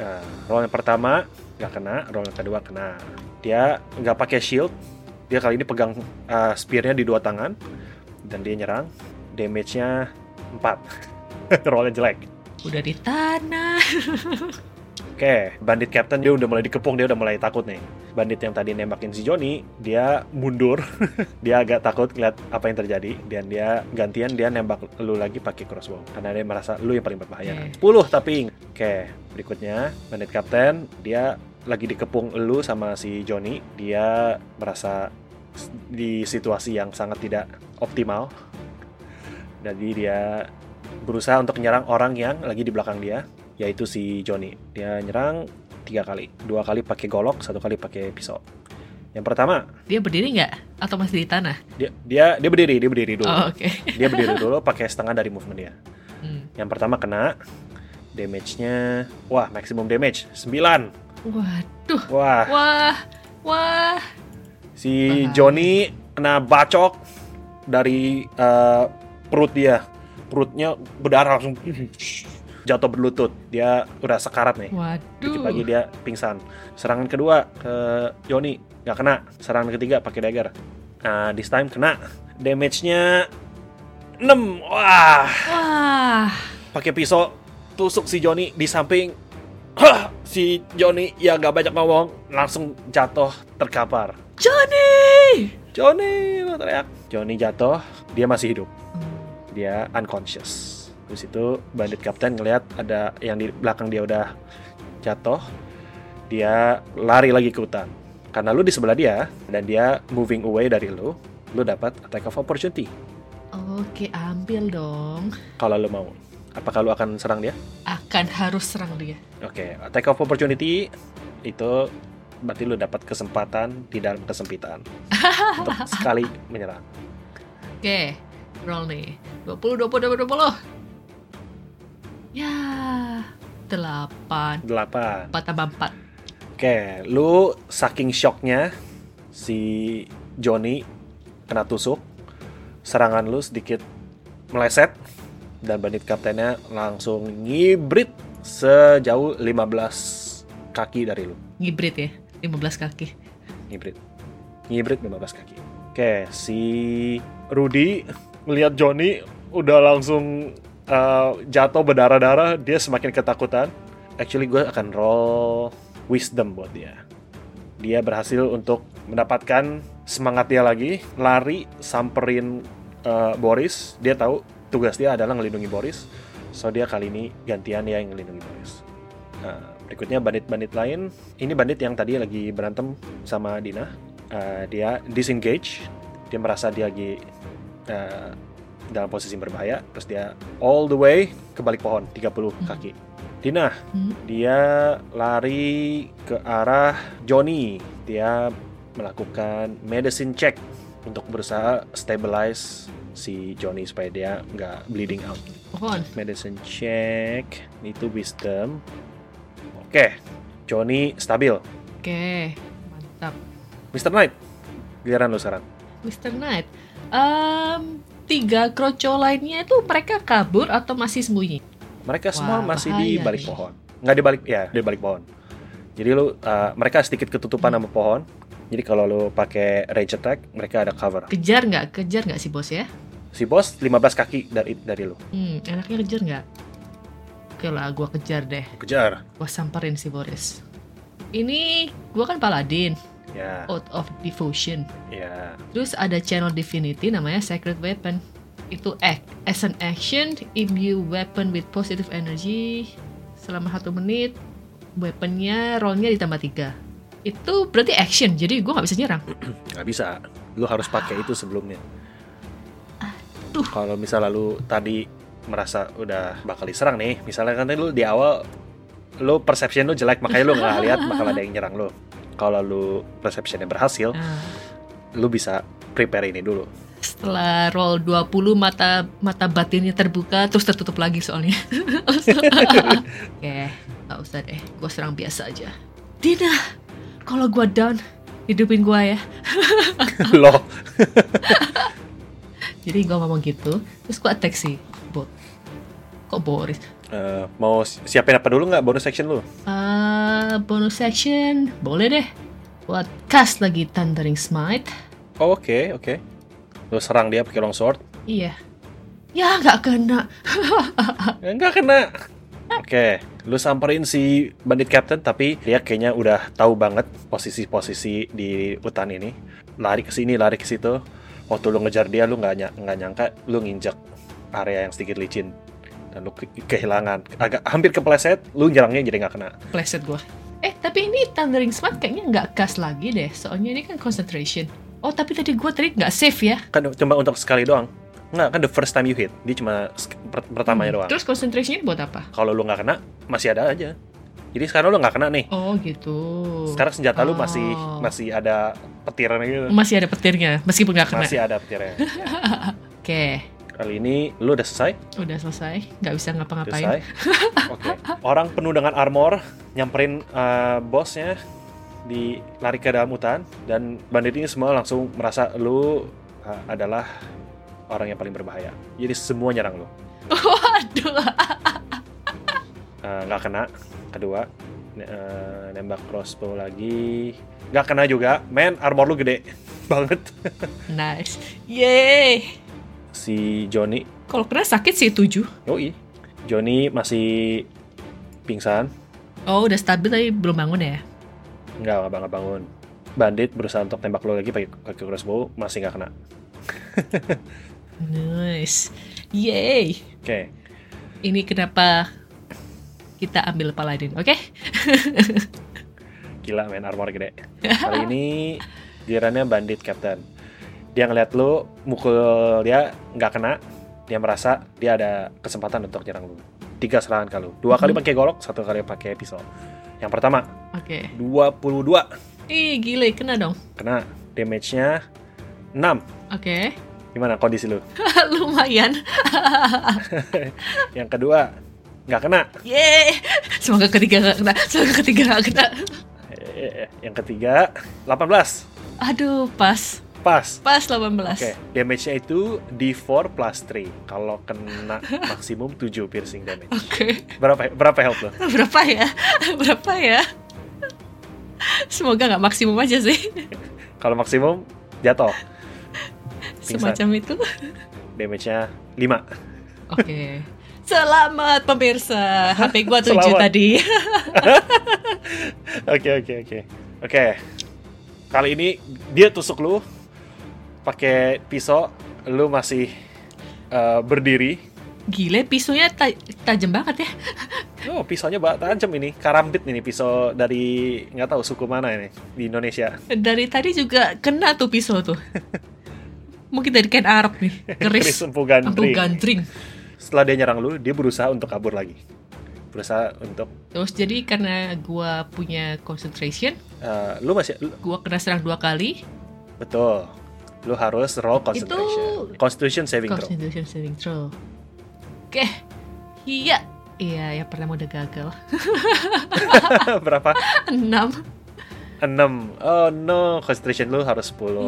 S2: Eh, roll yang pertama nggak kena, roll yang kedua kena. Dia nggak pakai shield, dia kali ini pegang eh, spearnya di dua tangan dan dia nyerang. Damage-nya 4 Rollnya jelek.
S1: Udah di tanah.
S2: Oke, bandit captain dia udah mulai dikepung, dia udah mulai takut nih. Bandit yang tadi nembakin si Joni, dia mundur. dia agak takut ngeliat apa yang terjadi dan dia gantian dia nembak lu lagi pakai crossbow karena dia merasa lu yang paling berbahaya.
S1: Oke.
S2: 10 tapi. Oke, berikutnya bandit captain dia lagi dikepung lu sama si Joni. Dia merasa s- di situasi yang sangat tidak optimal. Jadi dia berusaha untuk menyerang orang yang lagi di belakang dia yaitu si Joni. Dia nyerang tiga kali, dua kali pakai golok, satu kali pakai pisau. Yang pertama,
S1: Dia berdiri nggak? Atau masih di tanah?
S2: dia dia dia berdiri, dia berdiri dulu.
S1: Oh, oke.
S2: Dia berdiri dulu pakai setengah dari movement dia.
S1: Hmm.
S2: Yang pertama kena damage-nya wah maximum damage 9.
S1: Waduh.
S2: Wah,
S1: Wah. Wah.
S2: si
S1: Bahaya.
S2: Joni kena bacok dari eh, perut dia. Perutnya berdarah langsung jatuh berlutut. Dia udah sekarat nih. Dikit lagi
S1: Waduh.
S2: dia pingsan. Serangan kedua ke Joni nggak kena. Serangan ketiga pakai dagger. Nah, this time kena. Damage-nya 6. Wah,
S1: Wah.
S2: pakai pisau tusuk si Joni di samping. Hah, si Joni ya nggak banyak ngomong, langsung jatuh terkapar.
S1: Johnny.
S2: Joni, lo teriak. Joni jatuh, dia masih hidup.
S1: Hmm.
S2: Dia unconscious. Terus itu bandit kapten ngelihat ada yang di belakang dia udah jatuh. Dia lari lagi ke hutan. Karena lu di sebelah dia dan dia moving away dari lu, lu dapat attack of opportunity
S1: Oke, ambil dong.
S2: kalau lu mau. Apakah lu akan serang dia?
S1: Akan harus serang dia.
S2: Oke, attack of opportunity itu berarti lu dapat kesempatan di dalam kesempitan untuk sekali menyerang.
S1: Oke, roll nih. 20, 20, 20, 20. Ya, 8.
S2: 8.
S1: 4 tambah 4.
S2: Oke, lu saking shocknya si Joni kena tusuk, serangan lu sedikit meleset dan bandit kaptennya langsung ngibrit sejauh 15 kaki dari lu.
S1: Ngibrit ya, 15 kaki.
S2: Ngibrit. Ngibrit 15 kaki. Oke, si Rudy melihat Joni udah langsung uh, jatuh berdarah-darah, dia semakin ketakutan. Actually gue akan roll wisdom buat dia. Dia berhasil untuk mendapatkan semangat dia lagi, lari samperin uh, Boris. Dia tahu tugas dia adalah ngelindungi Boris. So dia kali ini gantian dia yang ngelindungi Boris. Nah, berikutnya bandit-bandit lain. Ini bandit yang tadi lagi berantem sama Dina. Uh, dia disengage. Dia merasa dia lagi uh, dalam posisi berbahaya. Terus dia all the way ke balik pohon 30 kaki. Dina,
S1: Hmm.
S2: dia lari ke arah Johnny. Dia melakukan medicine check untuk berusaha stabilize si Johnny supaya dia nggak bleeding out
S1: Pohon.
S2: medicine check itu wisdom oke Johnny stabil
S1: Oke, mantap.
S2: Mr. Knight giliran lu sekarang
S1: Mr. Knight, Em, tiga kroco lainnya itu mereka kabur atau masih sembunyi?
S2: mereka
S1: Wah,
S2: semua masih
S1: bahaya
S2: di balik
S1: nih.
S2: pohon nggak di balik ya di balik pohon jadi lu uh, mereka sedikit ketutupan sama pohon jadi kalau lu pakai range attack mereka ada cover
S1: Kejar nggak? Kejar nggak sih bos ya?
S2: si bos 15 kaki dari dari lu
S1: Hmm, enaknya kejar nggak? Oke lah, gua kejar deh.
S2: kejar
S1: Gua samperin si Boris. Ini gua kan paladin,
S2: ya
S1: out of devotion.
S2: ya
S1: Terus ada channel divinity namanya Sacred Weapon. Itu act as an action imbue weapon with positive energy selama satu menit. Weaponnya rollnya ditambah tiga. Itu berarti action, jadi gue nggak bisa nyerang.
S2: nggak bisa lu harus pakai itu sebelumnya
S1: Waduh.
S2: Kalau misalnya lu tadi merasa udah bakal diserang nih, misalnya kan tadi lu di awal lu perception lu jelek makanya lu nggak lihat bakal ada yang nyerang lu. Kalau lu perceptionnya berhasil,
S1: Nah,
S2: lu bisa prepare ini dulu.
S1: setelah roll 20 mata mata batinnya terbuka terus tertutup lagi soalnya. Oke, nggak usah deh. Gue serang biasa aja. Dina, kalau gue down, hidupin gue ya.
S2: Loh,
S1: Jadi gue ngomong gitu, terus gue attack si bot. Kok Boris?
S2: eh, mau si- siapin apa dulu nggak bonus section lu?
S1: Ah, bonus section, boleh deh. Buat cast lagi Thundering Smite.
S2: Oh, Oke, oke. Lu serang dia pakai longsword.
S1: Iya. Ya nggak kena.
S2: Enggak Eh, kena. Oke, lu samperin si bandit captain tapi dia kayaknya udah tahu banget posisi-posisi di hutan ini. Lari ke sini, lari ke situ. Waktu lu ngejar dia, lu nggak nya- nggak nyangka lu nginjek area yang sedikit licin dan lu ke- kehilangan agak hampir kepleset lu nyerangnya jadi nggak kena
S1: Pleset gue. Eh tapi ini Thundering Smite kayaknya nggak cast lagi deh. Soalnya ini kan concentration. Oh tapi tadi gue tadi nggak save ya.
S2: kan cuma untuk sekali doang nggak kan the first time you hit dia cuma sek- per- pertamanya ya doang
S1: Terus concentrationnya buat apa?
S2: kalau lu nggak kena masih ada aja jadi sekarang lu nggak kena nih
S1: Oh gitu.
S2: sekarang senjata lu masih
S1: Oh.
S2: masih ada petiran gitu
S1: masih ada petirnya meskipun nggak kena.
S2: Masih ada petirnya.
S1: Oke,
S2: Kali ini lu udah selesai,
S1: udah selesai. Nggak bisa
S2: Udah
S1: ngapa-ngapain.
S2: selesai. Oke. Orang penuh dengan armor nyamperin eh, bosnya di lari ke dalam hutan dan bandit ini semua langsung merasa lu eh, adalah orang yang paling berbahaya. Jadi semua nyerang lu.
S1: Waduh.
S2: Eh, Nggak kena. Kedua, ne- eh, nembak crossbow lagi. Nggak kena juga. Men, armor lu gede banget.
S1: Nice. Yeay.
S2: si Johnny
S1: Kalau kena sakit sih 7.
S2: Yoi. Joni masih pingsan,
S1: Oh, udah stabil tapi belum bangun ya.
S2: nggak nggak banget bangun. Bandit berusaha untuk tembak lo lagi pakai pakai crossbow, masih nggak kena.
S1: Nice. Yeay.
S2: Oke,
S1: Ini kenapa kita ambil paladin, oke?
S2: gila main armor gede. Kali ini gilirannya bandit captain. Dia ngeliat lo, mukul dia nggak kena. Dia merasa dia ada kesempatan untuk nyerang lo. Tiga serangan kalau, dua kali
S1: Mhm.
S2: pakai golok, satu kali pakai pisau. Yang pertama,
S1: Oke.
S2: 22
S1: Ih, gile kena dong.
S2: kena damage-nya 6.
S1: Oke.
S2: Gimana kondisi lo?
S1: Lumayan.
S2: Yang kedua, nggak kena.
S1: Yeay. Semoga ketiga gak kena. Semoga ketiga gak kena.
S2: Eh, Yang ketiga, 18.
S1: Aduh, pas.
S2: Pas.
S1: Pas 18.
S2: Oke, damage-nya itu D4 plus 3. Kalau kena maksimum 7 piercing damage.
S1: Oke.
S2: Berapa berapa health lo?
S1: Berapa ya? Berapa ya? Semoga nggak maksimum aja sih.
S2: Kalau maksimum jatuh. Pingsan.
S1: Semacam itu.
S2: Damage-nya 5.
S1: Oke. Selamat pemirsa. HP gua 7
S2: Selamat.
S1: tadi.
S2: Oke, oke, oke. Oke. Kali ini dia tusuk lu pakai pisau, lu masih eh, berdiri.
S1: Gile pisaunya ta- tajam banget ya.
S2: Oh, pisaunya bak tajam ini. Karambit ini pisau dari nggak tahu suku mana ini di Indonesia.
S1: Dari tadi juga kena tuh pisau tuh. Mungkin dari kain Arab nih. Keris.
S2: Kristen Pugandri.
S1: Abu gandring.
S2: Setelah dia nyerang lu, dia berusaha untuk kabur lagi. Berusaha untuk
S1: Terus jadi karena gua punya concentration,
S2: eh, lu masih lu-
S1: gua kena serang dua kali.
S2: betul. Lu harus roll concentration.
S1: Itu-
S2: Constitution saving throw.
S1: Concentration saving throw. Oke. Iya. Iya, yang pertama udah gagal.
S2: Berapa?
S1: Enam.
S2: 6. Oh no, concentration lu harus 10.
S1: Iya.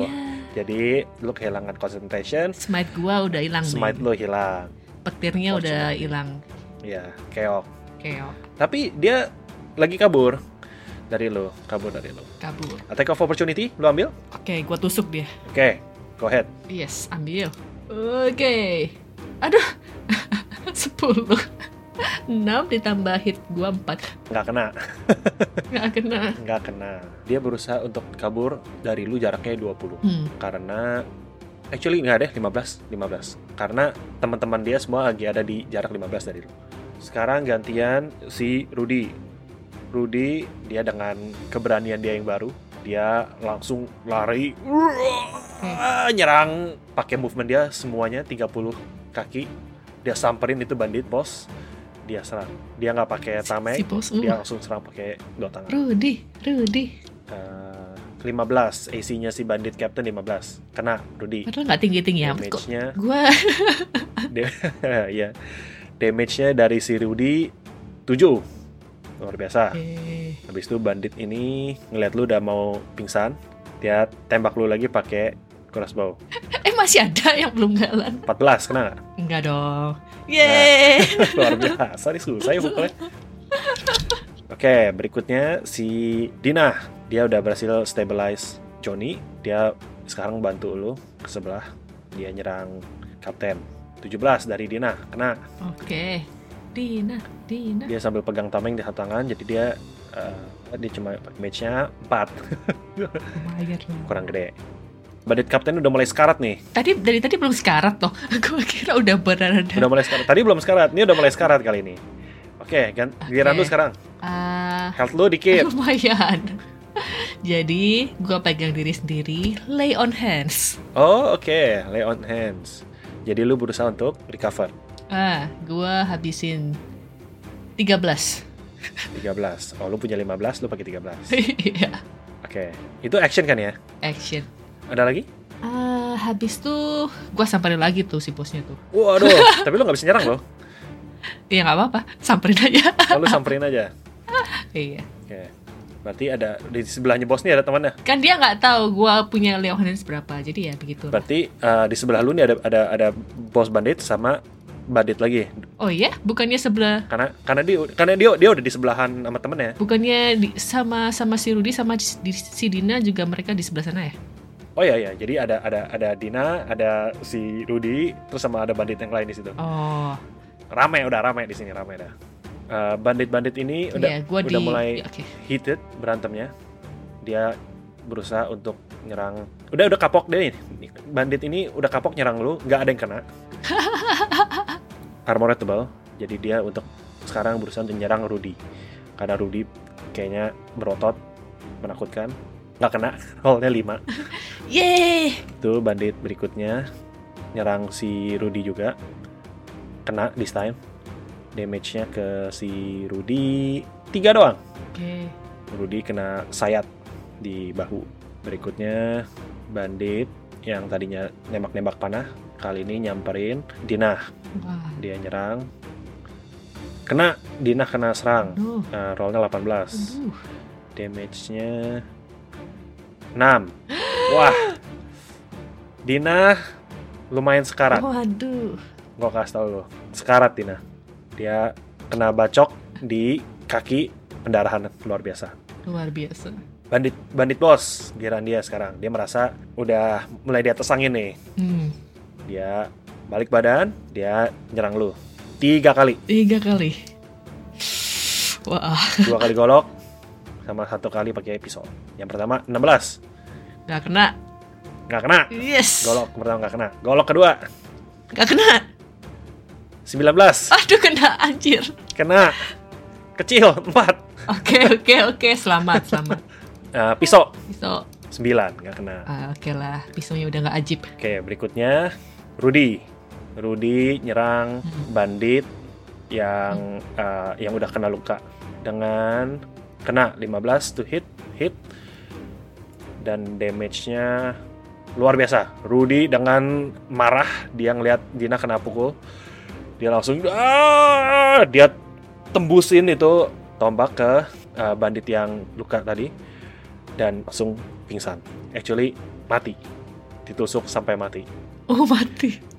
S2: Jadi lu kehilangan concentration,
S1: Smite gua udah hilang nih.
S2: smite Oh, lu hilang.
S1: Petirnya udah hilang.
S2: Ya, keok.
S1: Keok.
S2: Tapi dia lagi kabur dari lu, kabur dari lu.
S1: Kabur.
S2: Attack of opportunity lu ambil?
S1: Oke, gua tusuk dia.
S2: Oke, go ahead.
S1: Yes, ambil. Oke. Aduh. 10. 6 ditambah hit gua 4.
S2: Nggak kena.
S1: Nggak kena.
S2: Nggak kena. Dia berusaha untuk kabur dari lu jaraknya 20.
S1: Hmm.
S2: karena actually nggak deh 15 15 karena teman-teman dia semua lagi ada di jarak 15 dari lu sekarang gantian si Rudy Rudy dia dengan keberanian dia yang baru Dia langsung lari Wah,
S1: Hmm.
S2: nyerang pakai movement dia semuanya 30 kaki. Dia samperin itu bandit bos. Dia serang. Dia nggak pakai tameng.
S1: si bos uh,
S2: Dia langsung serang pakai dua tangan.
S1: Rudy Rudy
S2: Eh, 15 AC-nya si bandit captain 15. Kena Rudy.
S1: padahal nggak tinggi tinggi amat kok
S2: Damage-nya
S1: gue
S2: ya. Damage-nya dari si Rudy 7. Luar biasa.
S1: Eh.
S2: Habis itu bandit ini ngeliat lu udah mau pingsan, dia tembak lu lagi pakai crossbow.
S1: eh masih ada yang belum jalan
S2: 14 kena nggak?
S1: Enggak dong Yeay
S2: Luar biasa nih susah ya pukulnya. Oke, berikutnya si Dina. Dia udah berhasil stabilize Johnny. Dia sekarang bantu lu ke sebelah. Dia nyerang kapten. 17 dari Dina, kena.
S1: Oke Dina Dina
S2: Dia sambil pegang tameng di satu tangan, jadi dia eh, dia cuma match-nya 4,
S1: lumayan lah.
S2: kurang gede. Bandit kapten udah mulai sekarat nih.
S1: Tadi dari tadi belum sekarat toh Gue kira udah berada
S2: Udah mulai sekarat. Tadi belum sekarat, ini udah mulai sekarat kali ini. Oke, gan- giliran lu
S1: Oke.
S2: sekarang.
S1: Ah,
S2: Health lu dikit.
S1: Lumayan. Jadi, gue pegang diri sendiri, lay on hands.
S2: Oh, oke, lay on hands. Jadi lu berusaha untuk recover.
S1: Ah, gue habisin 13.
S2: 13. Oh, lu punya 15, lu pakai 13. Oke.
S1: Iya,
S2: Itu action kan ya?
S1: Action.
S2: Ada lagi?
S1: Ah, habis tuh gue samperin lagi tuh si bosnya tuh.
S2: Waduh, tapi lu nggak bisa nyerang loh.
S1: Iya nggak apa-apa, samperin aja.
S2: Oh, Lu samperin aja.
S1: iya.
S2: Oke. Berarti ada di sebelahnya bos nih ada temannya.
S1: Kan dia nggak tahu gue punya lay on hands berapa, jadi ya begitu.
S2: Berarti eh, di sebelah lu nih ada ada ada bos bandit sama bandit lagi.
S1: Oh iya, bukannya sebelah,
S2: Karena karena dia karena dia dia udah di sebelahan sama temennya.
S1: bukannya di- sama sama si Rudy sama di- si Dina juga mereka di sebelah sana ya?
S2: Oh iya iya, jadi ada ada ada Dina, ada si Rudy, terus sama ada bandit yang lain di situ.
S1: Oh,
S2: Rame udah rame di sini rame dah. Eh, bandit-bandit ini udah
S1: iya, gue di.
S2: udah mulai
S1: Oke.
S2: heated berantemnya. Dia berusaha untuk nyerang. Udah udah kapok deh nih. Bandit ini udah kapok nyerang lu, nggak ada yang kena. Armornya tebal, jadi dia untuk sekarang berusaha untuk nyerang Rudy. Karena Rudy kayaknya berotot, menakutkan. Nggak kena, rollnya 5.
S1: Yeay!
S2: Itu bandit berikutnya nyerang si Rudy juga. Kena this time. Damage-nya ke si Rudy 3 doang.
S1: Oke.
S2: Rudy kena sayat di bahu. Berikutnya bandit yang tadinya nembak-nembak panah kali ini nyamperin Dina.
S1: Wah.
S2: Dia nyerang. Kena Dina kena serang.
S1: Aduh.
S2: Eh, rollnya 18.
S1: Aduh.
S2: Damage-nya 6. Wah. Dina lumayan
S1: Oh.
S2: sekarat.
S1: Waduh.
S2: Gua kasih tau lo. Sekarat Dina. Dia kena bacok di kaki pendarahan luar biasa.
S1: Luar biasa.
S2: Bandit bandit bos giliran dia sekarang. Dia merasa udah mulai di atas angin nih.
S1: Hmm.
S2: Dia balik badan, dia nyerang lu. Tiga kali,
S1: Tiga kali. Wah,
S2: dua kali golok sama satu kali pakai pisau. Yang pertama 16,
S1: gak kena.
S2: nggak kena.
S1: Yes.
S2: Golok pertama nggak kena. Golok kedua
S1: Gak kena.
S2: 19,
S1: Aduh, kena anjir.
S2: kena. Kecil 4.
S1: Oke, oke, oke. Selamat, selamat.
S2: Eh, pisau
S1: Pisau.
S2: 9, nggak kena.
S1: Ah, oke lah, pisaunya udah gak ajib.
S2: Oke, berikutnya Rudy. Rudy nyerang bandit yang uh, yang udah kena luka dengan kena 15 to hit hit dan damage-nya luar biasa. Rudy dengan marah dia ngelihat Dina kena pukul. Dia langsung "Ah!" dia tembusin itu tombak ke uh, bandit yang luka tadi dan langsung pingsan. Actually mati. Ditusuk sampai mati.
S1: Oh, mati.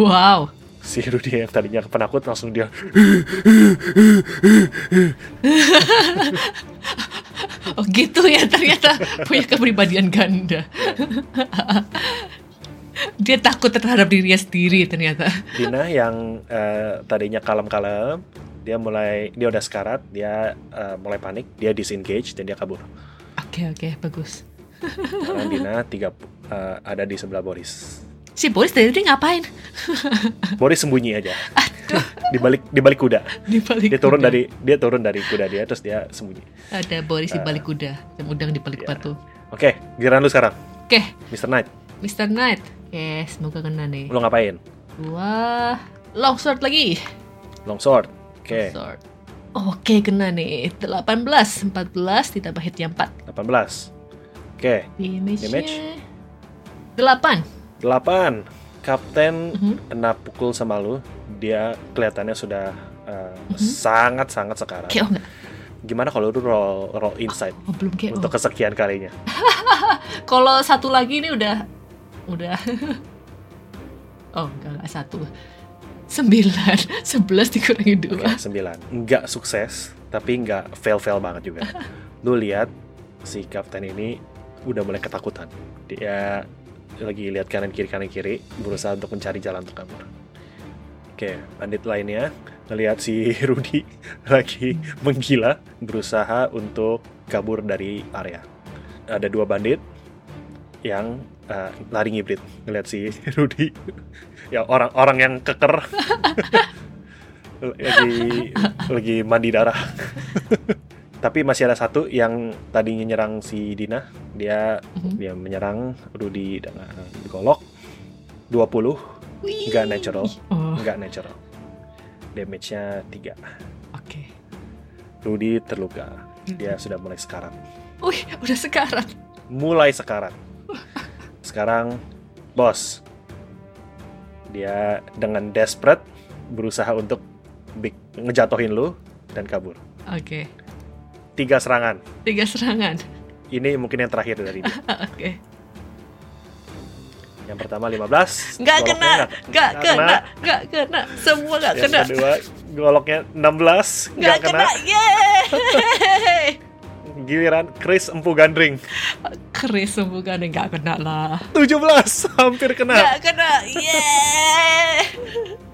S1: Wow.
S2: si Rudy yang tadinya penakut langsung dia
S1: Oh, gitu ya ternyata punya kepribadian ganda. Dia takut terhadap dirinya sendiri ternyata.
S2: Dina yang eh, tadinya kalem-kalem dia mulai dia udah sekarat dia eh, mulai panik dia disengage dan dia kabur
S1: Oke, oke, bagus.
S2: karena Dina tiga pu- eh, ada di sebelah Boris
S1: Si Boris dari tadi ngapain?
S2: Boris sembunyi aja di balik di balik kuda
S1: Di balik
S2: dia turun
S1: kuda.
S2: dari dia turun dari kuda dia terus dia sembunyi
S1: ada Boris di balik kuda yang udang di balik
S2: Iya.
S1: batu.
S2: oke giliran lu sekarang
S1: Oke,
S2: Mr. Knight
S1: Mr. Knight. Yes, semoga kena nih.
S2: lu ngapain
S1: Wah, longsword lagi.
S2: longsword oke
S1: Longsword. Oke, kena nih. 18, 14 ditambah hit yang 4.
S2: 18 oke
S1: Damage-nya
S2: Damage.
S1: 8.
S2: 8 kapten
S1: Mhm.
S2: kena pukul sama lu dia kelihatannya sudah uh,
S1: Mhm.
S2: sangat-sangat sekarang
S1: KO nggak?
S2: gimana kalau lu roll roll insight
S1: Oh, belum KO.
S2: untuk kesekian kalinya
S1: Kalau satu lagi ini udah udah Oh, enggak, enggak satu. 9, 11 dikurangi 2.
S2: Oke, Iya, sembilan. Nggak sukses, tapi nggak fail-fail banget juga. Lu lihat si kapten ini udah mulai ketakutan. Dia lagi lihat kanan kiri kanan kiri, berusaha untuk mencari jalan untuk kabur. Oke, bandit lainnya ngelihat si Rudy lagi menggila, berusaha untuk kabur dari area. Ada dua bandit yang eh, lari ngibrit ngelihat si Rudy ya orang-orang yang keker lagi lagi mandi darah. Tapi masih ada satu yang tadinya nyerang si Dina, dia
S1: Mhm.
S2: dia menyerang Rudy dengan golok 20,
S1: Wih.
S2: nggak natural.
S1: Oh, oke.
S2: nggak natural. Damage-nya 3. Rudy terluka. Dia sudah mulai sekarat.
S1: Wih, udah sekarang.
S2: Mulai sekarat. Sekarang bos. Dia dengan desperate berusaha untuk big, ngejatohin lu dan kabur.
S1: Oke.
S2: Tiga serangan.
S1: Tiga serangan.
S2: Ini mungkin yang terakhir dari dia.
S1: Ah, Oke.
S2: Yang pertama 15.
S1: Nggak
S2: goloknya
S1: kena, nggak
S2: nggak
S1: kena, nggak kena. Semua nggak
S2: Yang
S1: kena.
S2: kedua, goloknya 16.
S1: Nggak
S2: Nggak
S1: kena.
S2: kena.
S1: Yeay.
S2: Giliran Chris Empu Gandring.
S1: Keris sembuh kan nggak kena lah.
S2: 17. Hampir kena.
S1: Nggak kena. Yeay.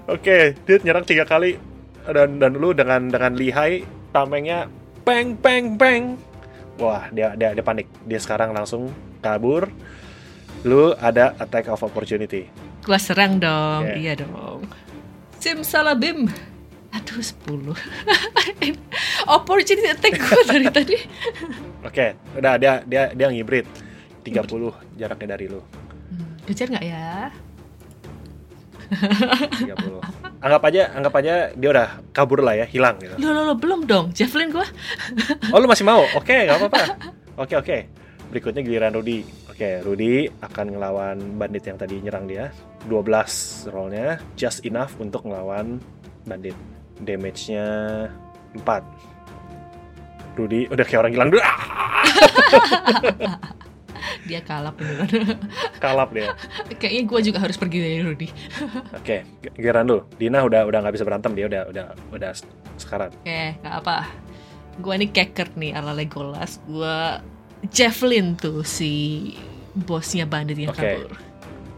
S2: Oke, dia nyerang tiga kali. Dan, dan lu dengan dengan lihai, tamengnya peng, peng, peng. Wah, dia, dia, dia panik. Dia sekarang langsung kabur. Lu ada attack of opportunity.
S1: Gua serang dong.
S2: Oke.
S1: Iya dong. Simsalabim. Aduh, 10. Opportunity attack gue dari tadi.
S2: Oke, udah dia dia dia ngibrit. 30 jaraknya dari lu.
S1: Hmm, Kejar nggak ya?
S2: 30. Anggap aja anggap aja dia udah kabur lah ya, hilang gitu.
S1: Loh, loh, loh, belum dong. Javelin gua
S2: Oh, lu masih mau? Oke, nggak apa-apa. Oke, oke. Berikutnya giliran Rudy. Oke, Rudy akan ngelawan bandit yang tadi nyerang dia. 12 rollnya, just enough untuk ngelawan bandit. Damage-nya 4. Rudy udah kayak orang hilang dulu. Ah,
S1: Dia kalah beneran.
S2: kalap dia.
S1: Kayaknya gua juga harus pergi dari Rudy.
S2: Oke, giliran lu. Dina udah udah nggak bisa berantem dia udah udah udah sekarat.
S1: Oke, Eh, nggak apa. Gua ini keker nih ala Legolas. Gua javelin tuh si bosnya bandit yang
S2: Oke.
S1: kabur.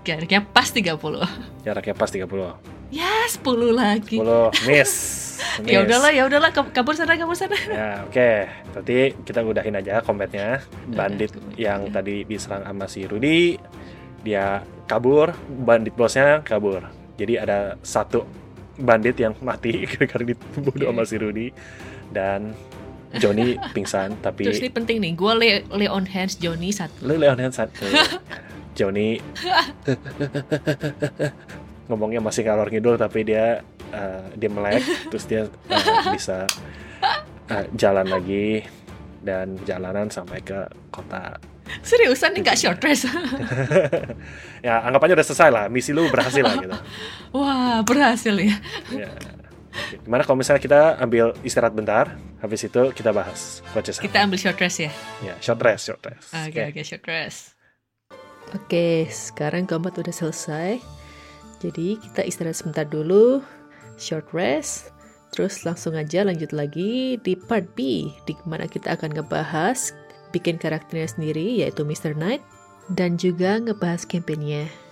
S1: Kayaknya pas 30.
S2: Jaraknya pas 30.
S1: Ya, 10 lagi.
S2: 10 miss. miss.
S1: Ya udahlah, ya udahlah, kab- kabur sana, kabur sana.
S2: Ya, oke. Berarti kita udahin aja combatnya. Bandit
S1: Udah,
S2: yang
S1: udah.
S2: tadi diserang sama si Rudy, dia kabur, bandit bosnya kabur. Jadi ada satu bandit yang mati gara-gara dibunuh
S1: Iya.
S2: sama si Rudy dan Johnny pingsan tapi
S1: Terus ini penting nih, gue lay, lay on hands Johnny satu.
S2: lu Leon Hansen Iya. Johnny ngomongnya masih kalor ngidul tapi dia eh, dia melek terus dia eh, bisa eh, jalan lagi dan jalanan sampai ke kota
S1: Seriusan nih gak short rest.
S2: ya anggap aja udah selesai lah misi lu berhasil lah gitu
S1: Wah, berhasil ya.
S2: ya. Oke. gimana kalau misalnya kita ambil istirahat bentar habis itu kita bahas coaches
S1: Kita ambil short rest ya.
S2: ya short rest short rest
S1: Oke,
S2: Oke.
S1: oke, short rest.
S3: Oke, sekarang gambar udah selesai. Jadi kita istirahat sebentar dulu, short rest, terus langsung aja lanjut lagi di part B, di mana kita akan ngebahas bikin karakternya sendiri, yaitu Mr. Knight, dan juga ngebahas campaign-nya.